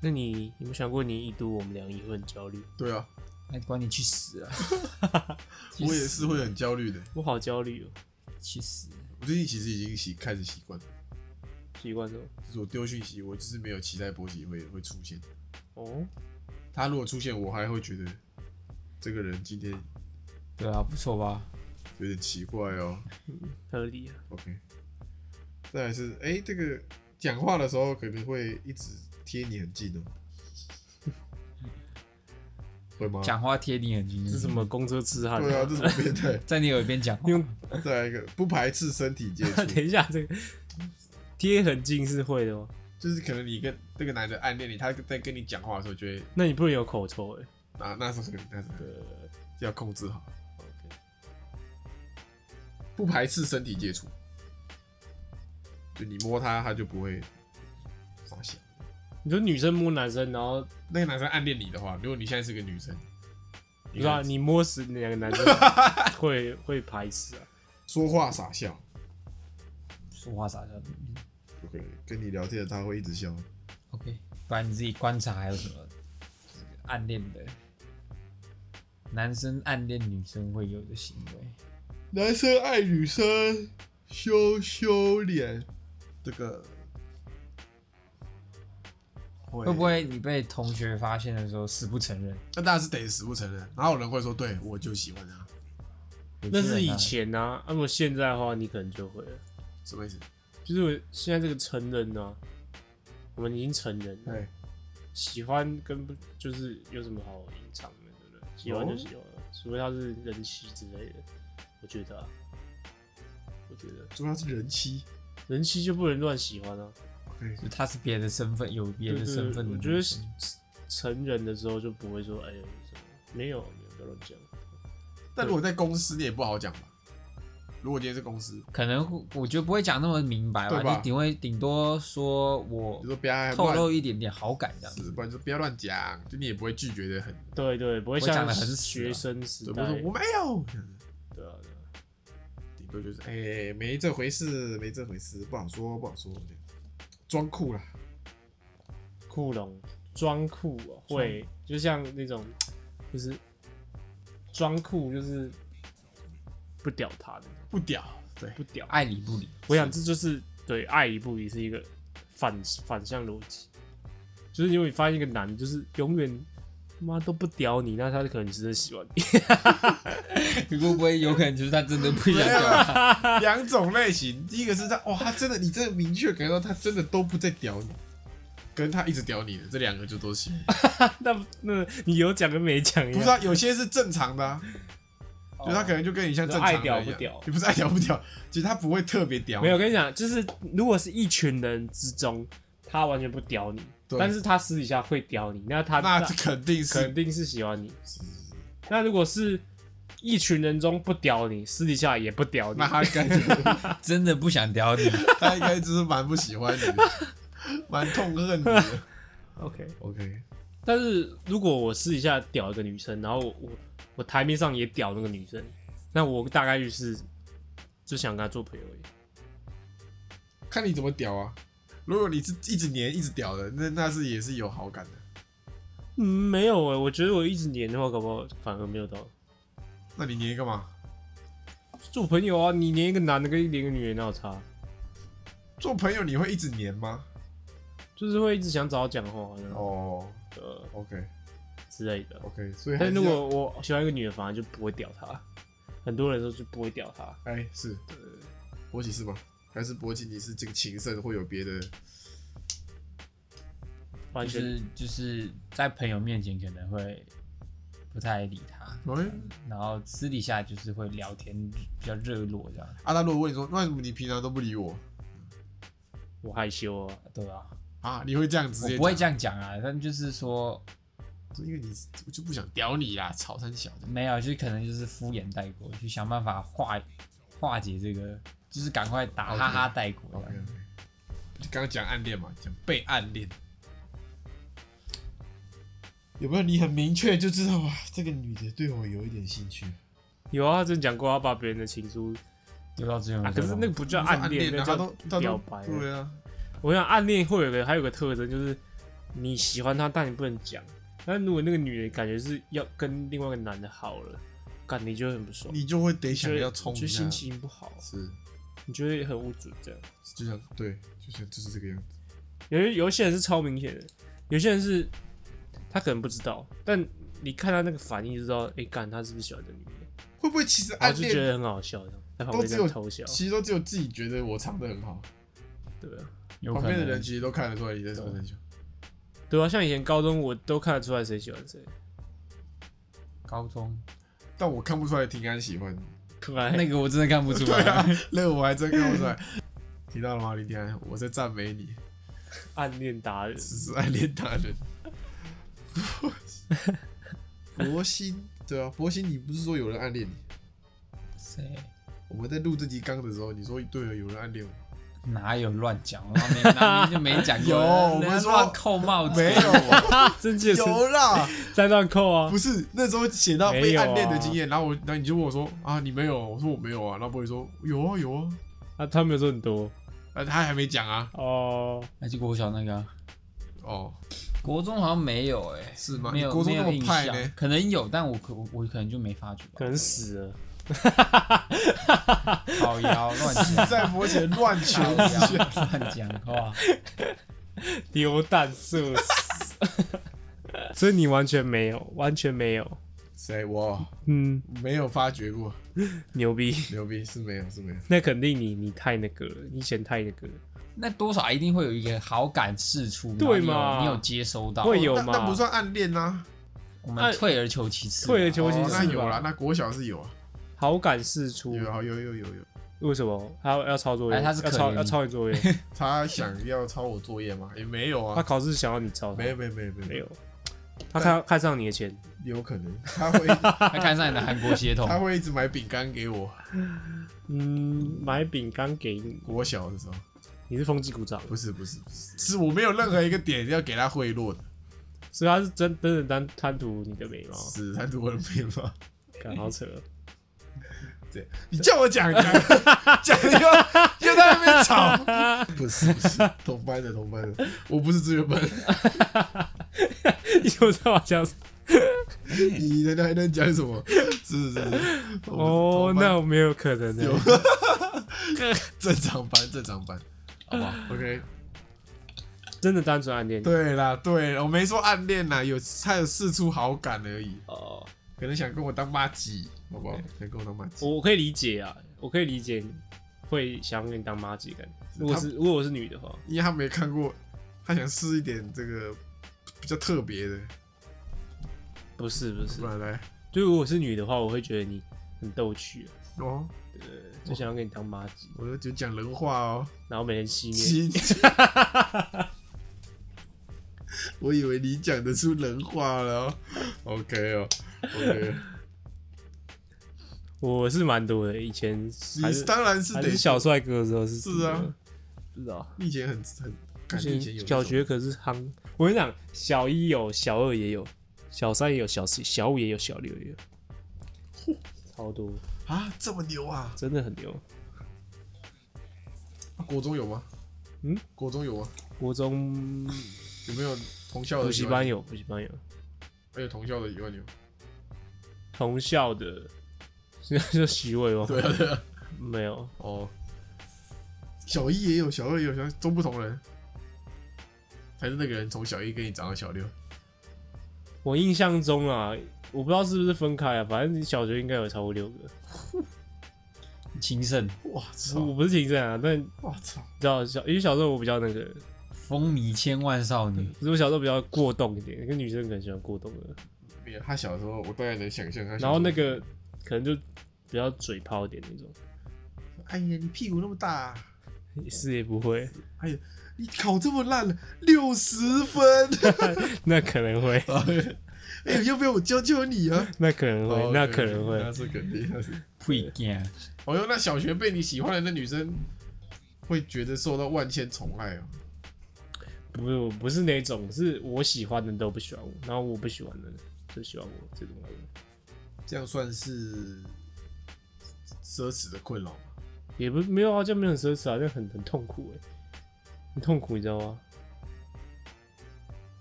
B: 那你有没有想过，你一读我们俩也会很焦虑？
D: 对啊，
C: 那管哎你去死 啊！
D: 我也是会很焦虑的。
B: 我好焦虑哦，
C: 去死！
D: 我最近其实已经习开始习惯了，
B: 习惯了。
D: 就是我丢讯息，我就是没有期待波及会会出现。
B: 哦，
D: 他如果出现，我还会觉得这个人今天
C: 对啊，不错吧？
D: 有点奇怪哦。
B: 合理啊。
D: OK，再来是哎、诶这个讲话的时候可能会一直贴你很近哦。 会吗？
C: 讲话贴你很近，
B: 这是什么公车痴汉？
D: 对啊，这什么变态？
C: 在你耳边讲话，
B: 用
D: 再来一个，不排斥身体接 触，
B: 等一下，这个贴很近是会的吗？哦
D: 就是可能你跟这个男的暗恋你，他在跟你讲话的时候，就会
B: 那你不能有口臭哎、
D: 啊，那是很，那是很要控制好。不排斥身体接触，就你摸他，他就不会傻笑。
B: 你说女生摸男生，然后
D: 那个男生暗恋你的话，如果你现在是个女生，
B: 你知道你摸死两个男生会会排斥啊？
D: 说话傻笑，
C: 说话傻笑。
D: 就可以跟你聊天的他会一直笑。
C: OK，不然你自己观察还有什么就是暗恋的男生暗恋女生会有的行为？
D: 男生爱女生，羞羞脸，这个会
C: 会不？会你被同学发现的时候死不承认？
D: 那当然是得死不承认。哪有人会说对我就喜欢他？
B: 那是以前啊，那么现在的话，你可能就会了。
D: 什么意思？
B: 就是我现在这个成人呢、我们已经成人了，
D: 哎，
B: 喜欢跟不就是有什么好隐藏的，对不对？喜欢就喜欢了，除非他是人妻之类的，我觉得、啊，我觉得
D: 说他是人妻。
B: 人妻就不能乱喜欢啊。
D: OK，
C: 就他是别的身份，有别
B: 对
C: 的
B: 对
C: 身份的
B: 我
C: 女
B: 觉得
C: 生
B: 成人的时候就不会说哎呀什么，没有没有不要乱讲。
D: 但如果在公司，你也不好讲吧？如果今天是公司，
C: 可能会我觉得不会讲那么明白吧，
D: 对吧
C: 就顶会顶多说我
D: 就说不要
C: 透露
D: 乱
C: 一点点好感这样子。
D: 死，不然就不要乱讲，就你也不会拒绝的很，
B: 对对，不会
C: 我讲
B: 像
C: 得很死啊
B: 学生时
D: 对不
B: 代
D: 会，说我没有，
B: 对啊对啊，
D: 顶多就是哎、没这回事，没这回事，不好说不好说，这样装酷啦。
B: 酷龙装酷哦会，就像那种就是装酷就是不屌他的，
D: 不屌， 对，
B: 不屌。
C: 爱理不理，
B: 我想这就是对爱理不理是一个反反向逻辑，就是因为你发现一个男的就是永远。妈都不屌你，那他可能真的喜欢你。
C: 会不会有可能就是他真的不想讲？
B: 啊
D: 两种类型，第一个是他哇，他真的，你真的明确感觉到他真的都不在屌你，跟他一直屌你的这两个就都 行。
B: 那那你有讲跟没讲一
D: 不
B: 样
D: 是。啊，有些是正常的、啊，就他可能就跟你像正常人一样，
B: 哦就爱屌不屌
D: 你不是爱屌不屌，其实他不会特别屌，
B: 没有，我跟你讲，就是如果是一群人之中，他完全不屌你，
D: 对
B: 但是他私底下会屌你，那他
D: 啊那这肯定是
B: 肯定是喜欢你。那如果是一群人中不屌你，私底下也不屌你
D: 那，他应该 就
C: 真的不想屌你，
D: 他应该就是蛮不喜欢你 的，蛮痛恨你的。
B: OK。
D: OK，
B: 但是如果我私底下屌一个女生，然后我我我台面上也屌那个女生，那我大概率是就想跟她做朋友而已。
D: 看你怎么屌啊。如果你是一直黏一直屌的，那那是也是有好感的，
B: 嗯，没有哎、我觉得我一直黏的话，搞不好反而没有到
D: 那你黏干嘛？
B: 做朋友啊。你黏一个男的跟黏一个女的，哪有差？
D: 做朋友你会一直黏吗？
B: 就是会一直想找他讲话，然后
D: 哦、
B: 呃
D: o k
B: 之类的。
D: OK，所以还
B: 但
D: 是
B: 如
D: 要
B: 果我喜欢一个女的，反而就不会屌她。很多人都就不会屌她。
D: 哎、是勃起是吗？还是勃起你是这个情圣会有别的？
B: 完
C: 就
B: 全、
C: 是就是在朋友面前可能会不太理他，
D: 哎、
C: 然后私底下就是会聊天比较热络这样，
D: 阿啊达如果问你说，为什么你平常都不理我
B: 我害羞啊，
C: 对啊，
D: 啊？你会这样直
C: 我
D: 接？
C: 不会，这样讲啊，但就是说
D: 因为你我就不想屌你啦，草三小的。
C: 没有，啊就可能就是敷衍带过，去想办法化化解这个，就是赶快打
D: OK
C: 哈哈带过
D: OK，
C: 这样。
D: 就刚刚讲暗恋嘛，讲被暗恋，有没有？你很明确就知道啊，这个女的对我有一点兴趣。
B: 有啊，他真讲过他把别人的情书
C: 丢到资源回
B: 啊，
C: 收
B: 可
C: 吧
B: 是那个不叫
D: 暗
B: 暗恋，
D: 啊她
B: 那叫
D: 都她
B: 表
D: 都
B: 白啊。
D: 对啊，
B: 我想暗恋会有个还有个特征就是你喜欢他，但你不能讲。但如果那个女的感觉是要跟另外一个男的好了，感你就会很不爽，
D: 你就会得
B: 就
D: 想
B: 会
D: 要冲
B: 就
D: 一下
B: 心，情不好，
D: 是，
B: 你就会很无助这样。
D: 就像对，就像就是这个样子。
B: 有些有些人是超明显的，有些人是他可能不知道，但你看他那个反应就知道，哎、干他是不是喜欢这个女的，
D: 会不会其实
B: 然
D: 暗
B: 后就觉
D: 恋
B: 得很好笑，这样在旁
D: 都
B: 边
D: 只
B: 这样
D: 有
B: 偷笑，
D: 其实都只有自己觉得我唱的很好，
B: 对啊，
C: 有
D: 旁
C: 可
D: 边的
C: 能
D: 人其实都看得出来你在唱三小。
B: 对啊，像以前高中我都看得出来谁喜欢谁，
C: 高中
D: 但我看不出来平安喜 欢，
B: 可爱。
C: 那个我真的看不出
D: 哎对
C: 来。
D: 啊， 那个我还真看不出来。提到了吗，林平安？我在赞美你，
B: 暗恋达人，
D: 只是爱恋达人。博鑫，对啊，博鑫，你不是说有人暗恋你？
C: 谁
D: 我们在录这集纲的时候，你说对啊了，有人暗恋我，
C: 哪有乱讲？我明明就没讲过。
D: 有我们
C: 人家
D: 说
C: 乱扣帽子，
D: 没有，啊
B: 真的是
D: 有啦，
B: 在乱扣啊
D: 不！是那时候写到被暗恋的经验，然后我，然后你就问我说啊，你没有？我说我没有啊，然后博宇说有啊有啊，
B: 啊，他没有说很多
D: 啊他还没讲啊，
B: 哦，
C: 那就国小那个啊、
D: 哦，
C: 国中好像没有哎、
D: 是吗？
C: 没有
D: 你国中
C: 没
D: 那
C: 有印
D: 么派
C: 象
D: 呢，？
C: 可能有，但我可我我可能就没 发觉
B: 可
C: 吧。
B: 能死了。
C: 靠腰乱讲，
D: 在佛前乱求啊
C: 靠
D: 之
C: 腰
D: 前，
C: 乱讲话，
B: 丢蛋射死。 所以你完全没有，完全没有，
D: 谁我
B: 嗯，
D: 没有发觉过，
B: 牛逼！
D: 牛逼是没有是没有，
B: 那肯定你你太那个了，你以前太那个了，
C: 那多少一定会有一个好感释出，然后
B: 对
C: 你有
B: 嘛
C: 你有接收到？
B: 会有
D: 那那
B: 吗
D: 不？算暗恋啦，
C: 我
B: 哎
C: 们退而求其次，啊
B: 退而求
D: 哦
B: 其次
D: 那
B: 吧
D: 有啦，那国小是有啊，
B: 好感释出，
D: 有啊有有有有，
B: 为什么他要要抄作业？
C: 哎他是可
B: 要
C: 怜
B: 抄
C: 你
B: 要抄你作业，
D: 他想要抄我作业吗？也没有
B: 他
D: 啊，
B: 考试想要你抄，
D: 没有没有没有没
B: 没
D: 有，
B: 有，他看看上你的钱，
D: 有可能 他会
C: 他看上你的韩国血 统
D: 他，会一直买饼干给我，
B: 嗯，买饼干给你，
D: 国小的时候。
B: 你是风纪股长，
D: 不是不是不是，是我没有任何一个点要给他贿赂的，
B: 所以他是真真的单贪图你的美貌，
D: 是他是我的面貌。
B: 干好 扯，
D: 你叫我 讲讲讲，又又在那边吵，不是不是，同班的同班的，我不是资 源班，
B: 你有在我讲什么
D: 你能还能讲什么？是是是，我
B: 哦，
D: 们是同班
B: 那没有可能的，欸
D: 有正常班正常班，好不好？OK，
B: 真的单纯暗恋你，
D: 对啦对啦，我没说暗恋啦，有他有试出好感而已，
B: 哦。
D: 可能想跟我当妈鸡，好不好？想跟我当妈鸡，
B: 我可以理解啊，我可以理解你会想要跟你当妈姐感觉。如果是如果我是女的话，
D: 因为他没看过，他想试一点这个比较特别的，
B: 不是不是
D: 不，然来
B: 就如果是女的话，我会觉得你很逗趣、啊，
D: 哦，
B: 就想要跟你当妈姐，
D: 我就只讲人话哦，
B: 然后每天吸面。
D: 亲。 我以为你讲得出人话了哦，OK 哦，OK，
B: 我是蛮多的，以前还
D: 你
B: 是
D: 当然是
B: 还
D: 得
B: 是小帅哥的时候是
D: 是啊，
B: 不知道。
D: 你以前很很，感觉以前有那
B: 小
D: 种
B: 学可是夯，我跟你讲，小一有，小二也有，小三也有，小四、小五也有，小六也有， 超多，
D: 啊这么牛啊？
B: 真的很牛。
D: 国中有吗？
B: 嗯，
D: 国中有吗？
B: 国中
D: 有没有同校的
B: 补习
D: 喜欢
B: 班
D: 你？
B: 有，补习班有。
D: 还哎有同校的喜欢你吗？
B: 同校的， 是是徐伟吗？
D: 对啊对啊，
B: 没有，
D: 哦，小一也有，小二也有，小都不同人，还是那个人从小一跟你长到小六。
B: 我印象中啊，我不知道是不是分开啊，反正你小学应该有超过六个。
C: 情圣
D: 哇
B: 我
D: 操！
B: 不是情圣啊，但你
D: 哇操！
B: 知道小，因为小时候我比较那个，
C: 风靡千万少女，
B: 可是我小时候比较过动一点，跟女生可能喜欢过动的，
D: 没有他小时候，我大概能想象他小时
B: 然
D: 候。
B: 后那个可能就比较嘴炮一点那种，
D: 哎呀，你屁股那么大、哦
B: 是也不会，
D: 哎呀，你考这么烂了，六十 分。
B: 那可能会，
D: 哦哎呀，要不要我教教你 啊？
B: 那可能会，
D: 哦
B: 那
D: 对
B: 可能
D: 那
B: 会，
D: 是肯定， 那是。
C: 会干
D: 哦哟，那小学被你喜欢的那女生，会觉得受到万千宠爱哦。
B: 不是我不是那种，是我喜欢的都不喜欢我，然后我不喜欢的就喜欢我这种感觉。
D: 这样算是奢侈的困扰吗？
B: 也不没有啊，这样没有很奢侈啊，这样很很痛苦哎、很痛苦，你知道吗？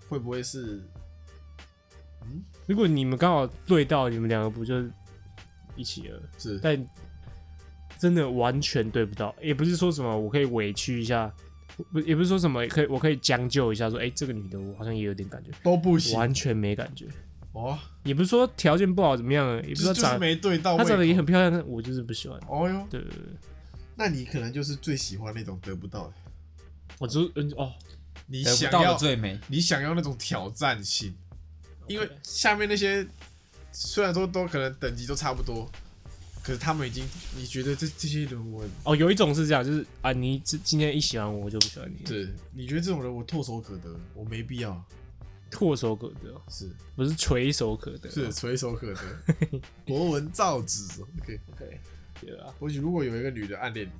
D: 会不会是
B: 如果你们刚好对到，你们两个不就一起了？
D: 是
B: 但真的完全对不到，也不是说什么我可以委屈一下，不也不是说什么可以我可以将就一下说，哎、这个女的我好像也有点感觉，
D: 都不行
B: 完全没感觉。
D: 哦？
B: 也不是说条件不好怎么样，啊也
D: 就
B: 不
D: 是
B: 说
D: 是就是
B: 长、
D: 没对到胃口，
B: 她长得也很漂亮，但我就是不喜欢。
D: 哦哟，
B: 对对对，
D: 那你可能就是最喜欢那种得不到的，
B: 我只嗯哦，
D: 你
C: 得不
D: 想
C: 到
D: 要
C: 的最美，
D: 你想要那种挑战性，因为下面那些虽然说都可能等级都差不多，可是他们已经，你觉得这这些人我
B: 哦，有一种是这样，就是啊，你今今天一喜欢我，我就不喜欢你，
D: 对，你觉得这种人我唾手可得，我没必要，
B: 唾手可得，哦
D: 是
B: 不是垂手可得，哦
C: 啊
D: 是垂手可得， 国文造纸，OK。
B: 对啊吧？
D: 或许如果有一个女的暗恋你，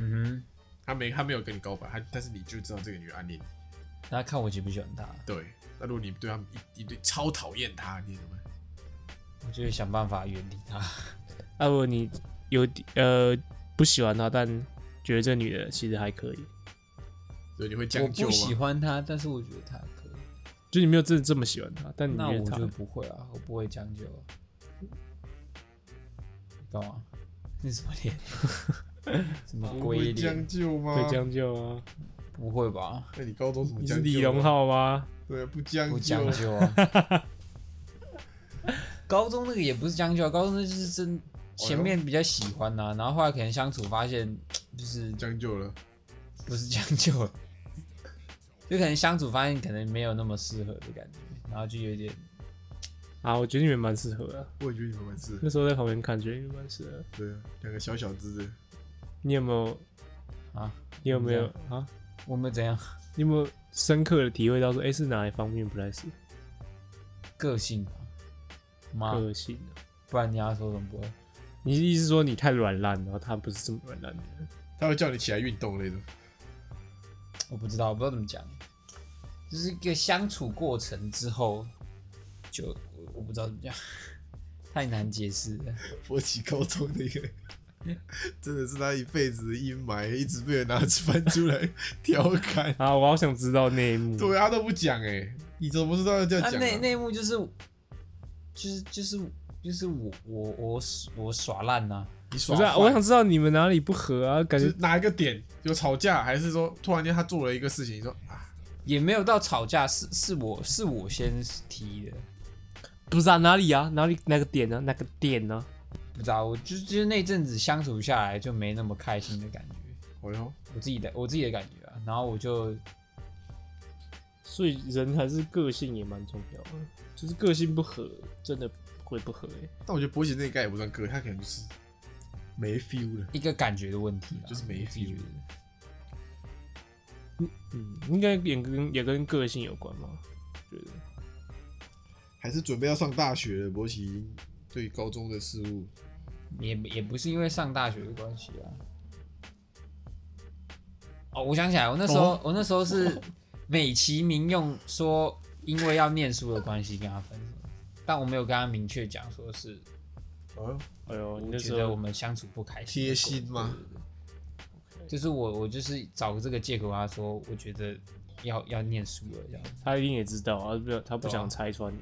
C: 嗯
D: 她没她没有跟你告白，她但是你就知道这个女的暗恋你，
C: 哼，那看我喜不喜欢他，
D: 对。那如果你对她一一对超讨厌她，你怎么办？
C: 我就会想办法远离他。
B: 啊，如果你有呃不喜欢他，但觉得这女的其实还可以，
D: 所以你会
C: 我
D: 将就
C: 不喜
D: 吗？
C: 欢他，但是我觉得他可以，
B: 就你没有真的这么喜欢他，但你
C: 那
B: 觉得
C: 我
B: 他
C: 就不会啊，我不会将就。干嘛？你什么脸？ 什么
D: 我
C: 鬼
D: 会
C: 脸
D: 将？就吗？
B: 会将就啊？
C: 不会吧？
D: 那你高中怎么
B: 你
D: 将
B: 是
D: 就？
B: 李荣浩吗？
D: 对，不将
C: 不
D: 就
C: 将。就啊。 高中那个也不是将就啊，高中那就是
D: 哦
C: 真前面比较喜欢呐、然后后来可能相处发现就是
D: 将就了，
C: 不是将就，就可能相处发现可能没有那么适合的感觉，然后就有点
B: 啊，我觉得你们蛮适合的。
D: 我也觉得你们蛮适合。
B: 那时候在旁边看，觉得你们蛮适合。
D: 对啊，两个小小只的，
B: 你有没有？
C: 啊，
B: 你有没有
C: 你
B: 啊？
C: 我们怎样
B: 你有没有深刻的体会到说，哎、是哪一方面不太适合？
C: 个性吧？妈，
B: 个性啊、
C: 不然你要说什么不会？
B: 你是意思说你太软烂，然后他不是这么软烂的人？
D: 他会叫你起来运动那种。
C: 我不知道，我不知道怎么讲，就是一个相处过程之后，就我我不知道怎么讲， 太难解释了。
D: 佛起高中的一个，真的是他一辈子的阴霾，一直被人拿翻出来调侃。
B: 啊，我好想知道内幕。
D: 对啊，他都不讲哎、你怎么知道要这样
C: 啊，
D: 讲、
C: 那
D: 啊？
C: 那一幕就是，就是就是就是我我我我耍烂呐、
D: 你耍
B: 不是、啊，
D: 坏
B: 我想知道你们哪里不合啊？感
D: 就是
B: 觉
D: 哪一个点有吵架，还是说突然间他做了一个事情，你说啊，
C: 也没有到吵架，是是我是我先提的，
B: 不是啊，哪里啊？哪里哪个点啊？哪个点呢、
C: 不知道，我就就是那阵子相处下来就没那么开心的感觉，
D: 哎呦，
C: 我自己的我自己的感觉啊，然后我就
B: 所以人还是个性也蛮重要的，就是个性不合，真的会不合、欸。
D: 但我觉得博喜那应该也不算哥，他可能就是没 feel 了。
C: 一个感觉的问题啦，
D: 就是没
C: 我自己
D: feel
C: 觉得
B: 嗯，应该也跟也跟个性有关嘛，我觉得。
D: 还是准备要上大学了，博喜已经对高中的事物
C: 也也不是因为上大学的关系啊。哦，我想起来，我那时候、我那时候是美其名用说，因为要念书的关系跟他分手，但我没有跟他明确讲说是
D: 啊
B: 哎呦，你那
C: 觉
B: 时
C: 得
B: 候
C: 我们相处不开心，
D: 贴心吗？
C: 就是我我就是找这个借口跟他说，我觉得要要念书了这样子。
B: 他一定也知道啊，不，他不
D: 对啊
B: 想拆穿你。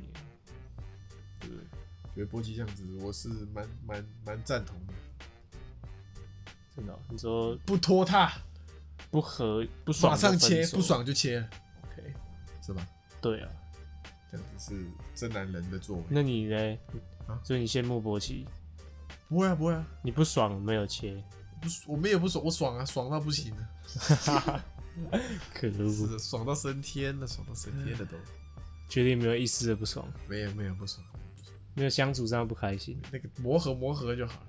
D: 觉得波奇这样子，我是蛮蛮蛮赞同的，
B: 真的哦、你说
D: 不拖沓，
B: 不合不爽
D: 马
B: 就
D: 上
B: 分手
D: 切，不。爽就切了，
B: OK，
D: 是吧？
B: 对啊，
D: 这样子是真男人的作为。
B: 那你嘞
D: 啊？
B: 所以你羡慕博奇，
D: 不会啊，不会啊，
B: 你不爽没有切，
D: 不是，我们也不爽，我爽啊，爽到不行啊，
B: 可
D: 是
B: 恶，
D: 的，爽到升天了，爽到升天了都。
B: 绝对没有一丝的不爽，
D: 没有没有不爽，
B: 没有相处上不开心。
D: 那个磨合磨合就好了。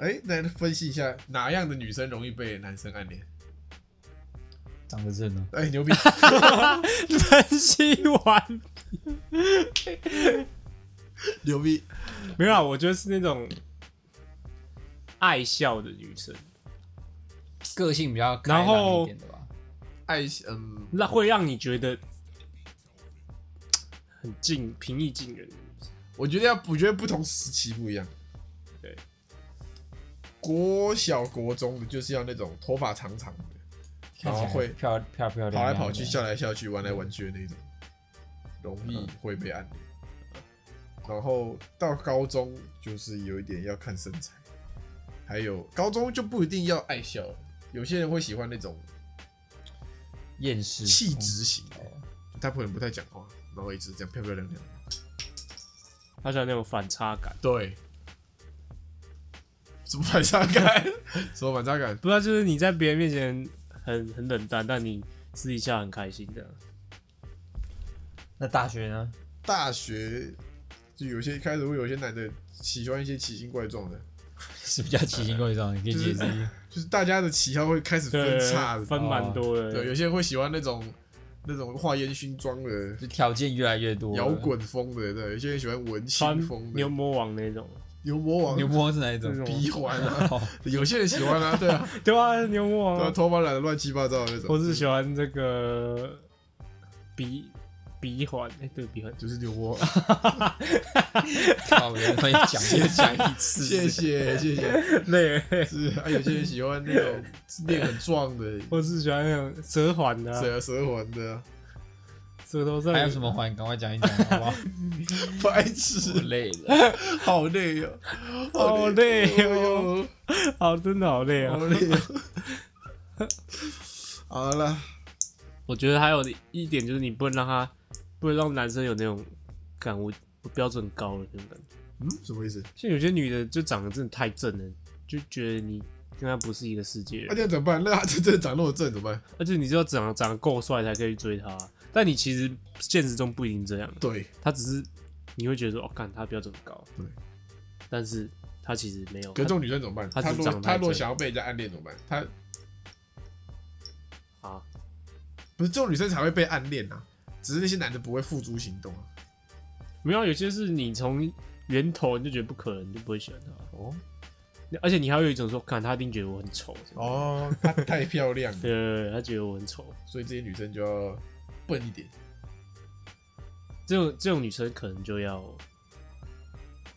D: 哎，来分析一下哪样的女生容易被男生暗恋？
C: 长得正呢，
D: 哎，牛逼！
B: 分析完
D: 牛逼！
B: 没有啊？我觉得是那种爱笑的女生，
C: 个性比较开
B: 然后
C: 朗一点的吧。
D: 爱嗯，
B: 那会让你觉得很近平易近人的女生。
D: 我觉得要，我觉得不同时期不一样。
B: 对，
D: 国小国中的就是要那种头发长长的，
C: 看起来
D: 然后会
C: 漂漂漂亮
D: 跑
C: 亮
D: 来
C: 的
D: 跑去、笑来笑去、玩来玩去的那种，容易会被暗恋。然后到高中就是有一点要看身材，还有高中就不一定要爱笑了，有些人会喜欢那种
C: 厌世
D: 气质型的，
C: 哦
D: 他可能不太讲话，然后一直这样漂漂亮亮的。
B: 她喜欢那种反差感，
D: 对，什么反差感？什么反差感？
B: 不知道就是你在别人面前很很冷淡，但你私底下很开心的。
C: 那大学呢？
D: 大学就有些一开始会有些男的喜欢一些奇形怪状的，
C: 什么叫奇形怪状？你可以
D: 就
C: 解
D: 是
C: 释一下。
D: 就是大家的喜好会开始分叉
B: 对，
D: 的，
B: 分蛮多的。
D: 对，有些人会喜欢那种那种化烟熏妆的
C: 就条件越来越多了，
D: 摇滚风的，对，有些人喜欢文
B: 穿
D: 青风
B: 牛
D: 的，
B: 魔王那种，
D: 牛魔王
C: 牛波是哪一种
B: 那？种
D: 鼻环啊，有些人喜欢啊，对啊，
B: 对啊，牛魔
D: 对啊，
B: 王，
D: 头发染的乱七八糟的那种，
B: 我是喜欢这个鼻鼻环，哎，对，鼻环，
D: 就是牛魔王，
C: 靠，原来讲又讲一次，
D: 谢谢谢谢，
B: 累了，
D: 是啊，有些人喜欢那种面很壮的，
B: 我是喜欢那种蛇环的啊，
D: 蛇蛇环的啊，
B: 舌头上
C: 还有什么环？赶快讲一讲，好不好？
D: 白痴，
C: 我累了，
D: 好累哦，
B: 好累哦，
D: 哦。
B: 好，真的好累啊！
D: 好累哦。好了，
B: 我觉得还有一点就是你不能让他，不能让男生有那种感我我标准高了那种感觉。
D: 嗯，什么意思？
B: 像有些女的就长得真的太正了，就觉得你跟她不是一个世界
D: 那、啊、
B: 人，
D: 这样怎么办？那他真的长那么正怎么办？
B: 而且你就要长得长得够帅才可以追她。啊但你其实现实中不一定这样，
D: 对，
B: 她只是你会觉得说，哦，看她标准高，
D: 对，
B: 但是她其实没有，
D: 可是这种女生怎么办？
B: 她
D: 她
B: 哦只
D: 如
B: 长得
D: 果她
B: 太
D: 如果
B: 正
D: 想要被人家暗恋怎么办？她
B: 她啊，
D: 不是这种女生才会被暗恋啊，只是那些男的不会付诸行动啊。
B: 没有，有些是你从源头你就觉得不可能，你就不会喜欢她。啊
D: 哦
B: 而且你还会有一种说，看她一定觉得我很丑，
D: 哦， 她太漂亮了，
B: 对对对，她觉得我很丑。
D: 所以这些女生就要笨一点。
B: 这种这种女生可能就要，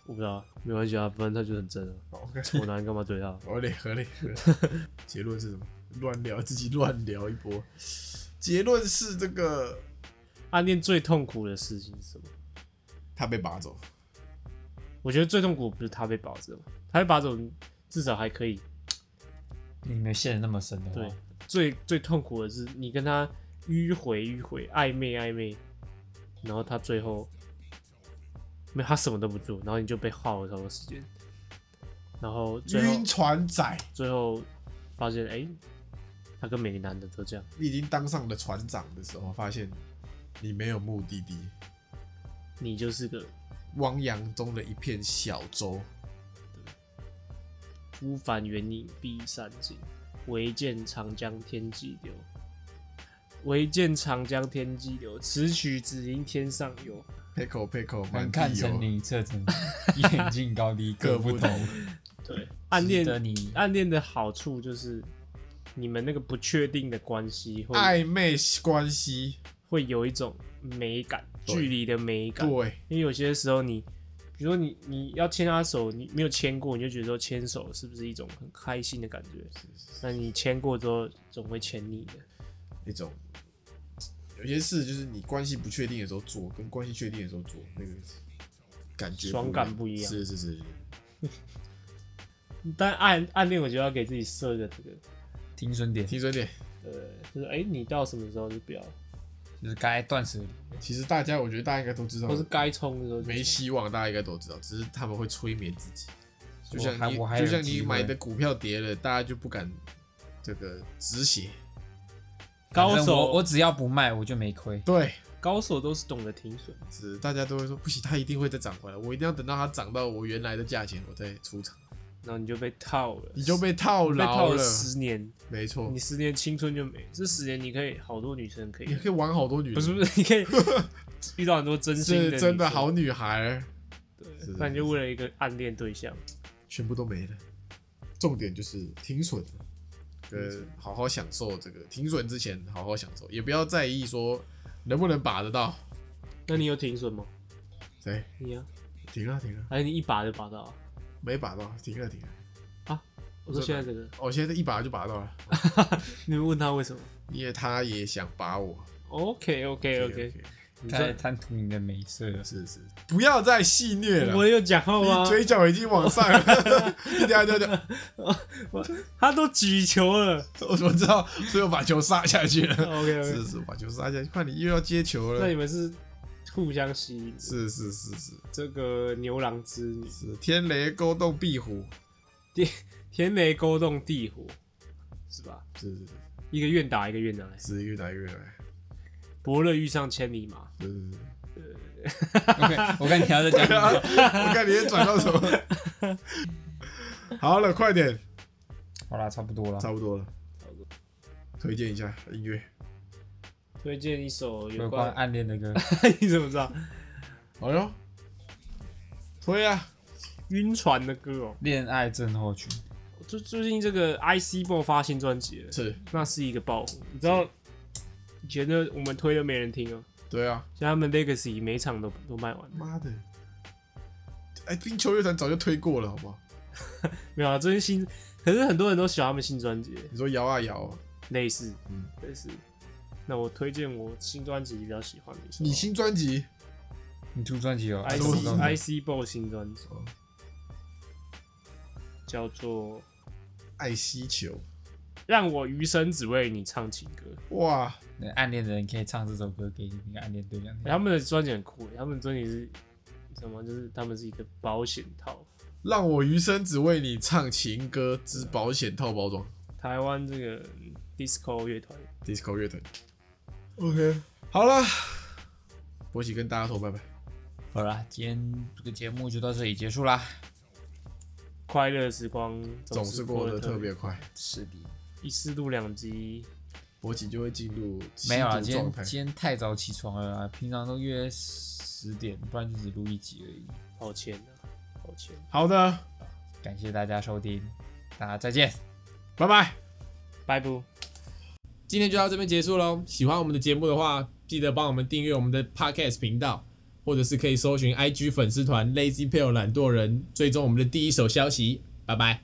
B: 我不知道，没关系啊，反正她就很正啊，
D: 好，OK，
B: 丑男干嘛追她？
D: 合理合理。合理 结论是什么？乱聊，自己乱聊一波。结论是这个，
B: 暗恋最痛苦的事情是什么？
D: 他被拔走。
B: 我觉得最痛苦不是他被拔走，他被拔走至少还可以。
C: 你没有陷得那么深的
B: 对
C: 话，，
B: 最最痛苦的是你跟他迂回迂回暧昧暧昧，然后他最后没有他什么都不做，然后你就被耗了超多时间，然后最后
D: 晕船仔，
B: 最后发现哎、他跟每个男的都这样。
D: 你已经当上了船长的时候，发现你没有目的地，
B: 你就是个
D: 汪洋中的一片小舟。
B: 孤帆远影碧山尽，唯见长江天际流。唯见长江天际流，此曲只应天上有。
D: Pickle Pickle，
C: 横
D: 满
C: 看
D: 地哦
C: 成
D: 油。
C: 岭侧成峰，眼镜高低各不同。
B: 对，暗
C: 值得
B: 恋
C: 你
B: 暗恋的好处就是，你们那个不确定的关系会
C: 哎
D: 暧昧关系，
B: 会有一种美感，
D: 对
B: 距离的美感。
D: 对，
B: 因为有些时候你，比如说你你要牵他手，你没有牵过，你就觉得说牵手是不是一种很开心的感觉？那你牵过之后，总会牵腻的。
D: 那种有些事就是你关系不确定的时候做，跟关系确定的时候做，那个感觉
B: 爽感不一样
D: 是是是是，
B: 但暗暗恋，我觉得要给自己设一个这个，
C: 听准点，
D: 听准点。
B: 呃，就是哎、诶你到什么时候就不要，
C: 就是该断舍离。
D: 其实大家，我觉得大家应该都知道
B: 或，是该冲的时候就
D: 没希望，大家应该都知道，只是他们会催眠自己。就像
C: 我还
D: 你
C: 我还，有
D: 就像
C: 机
D: 你
C: 会
D: 买的股票跌了，大家就不敢这个止血。
B: 高
C: 反正
B: 手
C: 我我只要不卖，我就没亏。
D: 对，
B: 高手都是懂得停损。
D: 是大家都会说不行，它一定会再涨回来，我一定要等到它涨到我原来的价钱，我再出场。
B: 然后你就被套了，
D: 你就被套
B: 被套
D: 牢
B: 了
D: 了，哦
B: 十年，
D: 没错
B: 你，十年青春就没。这十年你可以好多女生可以
D: 你，可以玩好多女人，
B: 不是不是，你 可以遇到很多真心的
D: 是
B: 女
D: 真的
B: 生
D: 好，女孩，是
B: 那你就为了一个暗恋对象，
D: 全部都没了。重点就是停损，呃，好好享受这个停损之前好好享受，也不要在意说能不能把得到。
B: 那你有停损吗？
D: 谁
B: 你啊，
D: 停了停了，
B: 还是你一把就把到啊？
D: 没把到，停了停了。
B: 我说现在这个，
D: 我、现在一把就把到了，
B: 你们问他为什么
D: 因为他也想把我。
B: ？OK OK OK，你
C: 他在
B: 说
C: 贪图你的美色，
D: 是是，不要再戏虐了。
B: 我有讲话吗？
D: 你嘴角已经往上了， 一点一点一点，
B: 他都举球 了。
D: 我怎么知道？所以我把球杀下去了。
B: OK
D: 是
B: OK，
D: 是，把球杀下去，快你又要接球
B: 那
D: 了
B: 你。们是互相吸引的，
D: 是是是是
B: 这个牛郎织女，
D: 是，天雷勾动壁虎。
B: 天雷勾动地火，是吧？
D: 是是
B: 一个愿打一个愿挨，
D: 是，是越打越来。
B: 伯乐遇上千里马，
D: 是是是，
C: OK，我跟你要再
D: 啊
C: 讲什么，
D: 我看你也转到什么。好了，快点，
C: 好啦，差不多了。
D: 差不多了，推荐一下音乐。
B: 推荐一首有
C: 有关
B: 关，
C: 暗恋的歌，
B: 你怎么知道？
D: 哎呦，推啊！
B: 晕船的歌哦，
C: 恋爱症候群，
B: 就最近这个 IC b o 发新专辑了，
D: 是，
B: 那是一个爆红。你知道以前的我们推的没人听哦，
D: 对啊，
B: 像他们 Legacy 每一场都都卖完了。
D: 妈的！哎，冰球乐团早就推过了，好不好？
B: 没有啊，这些新，可是很多人都喜欢他们新专辑，
D: 你说摇啊摇啊，
B: 类似，
D: 嗯
B: 类似。那我推荐我新专辑比较喜欢的一首，
D: 你新专辑
C: 你出专辑有哦
B: IC
D: 什么东西
B: IC b o 新专辑
D: 哦
B: 叫做《
D: 《爱惜球
B: 让我余生只为你唱情歌》。》
D: 哇，
C: 那暗恋的人可以唱这首歌给你那个暗恋对象听
B: 欸。他们的专辑很酷欸，他们的专辑是什么？就是他们是一个保险套，
D: 让我余生只为你唱情歌之保险套包装
B: 台湾这个嗯 disco 乐团。
D: ，disco 乐团。OK，好了，博喜跟大家说拜拜。
C: 好啦，今天这个节目就到这里结束啦。
B: 快乐的时光
D: 总
B: 总
D: 是
B: 是
D: 过得
B: 得
D: 特
B: 别
D: 别快，
C: 是的，
B: 一四度两集，
D: 博喜就会进入
A: 啊
D: 吸
C: 没有啦，
D: 毒
C: 今
D: 状
C: 天
D: 态。
C: 今天太早起床了啦，平常都约十点，不然就只录一集而已。
B: 抱歉啊，抱歉，
D: 好的，
C: 感谢大家收听，大家再见。
D: 拜拜。
B: 拜拜。
A: 今天就到这边结束喽。喜欢我们的节目的话，记得帮我们订阅我们的 Podcast 频道，或者是可以搜寻 IG 粉丝团 Lazy p a l e 懒惰人，追踪我们的第一手消息。拜拜。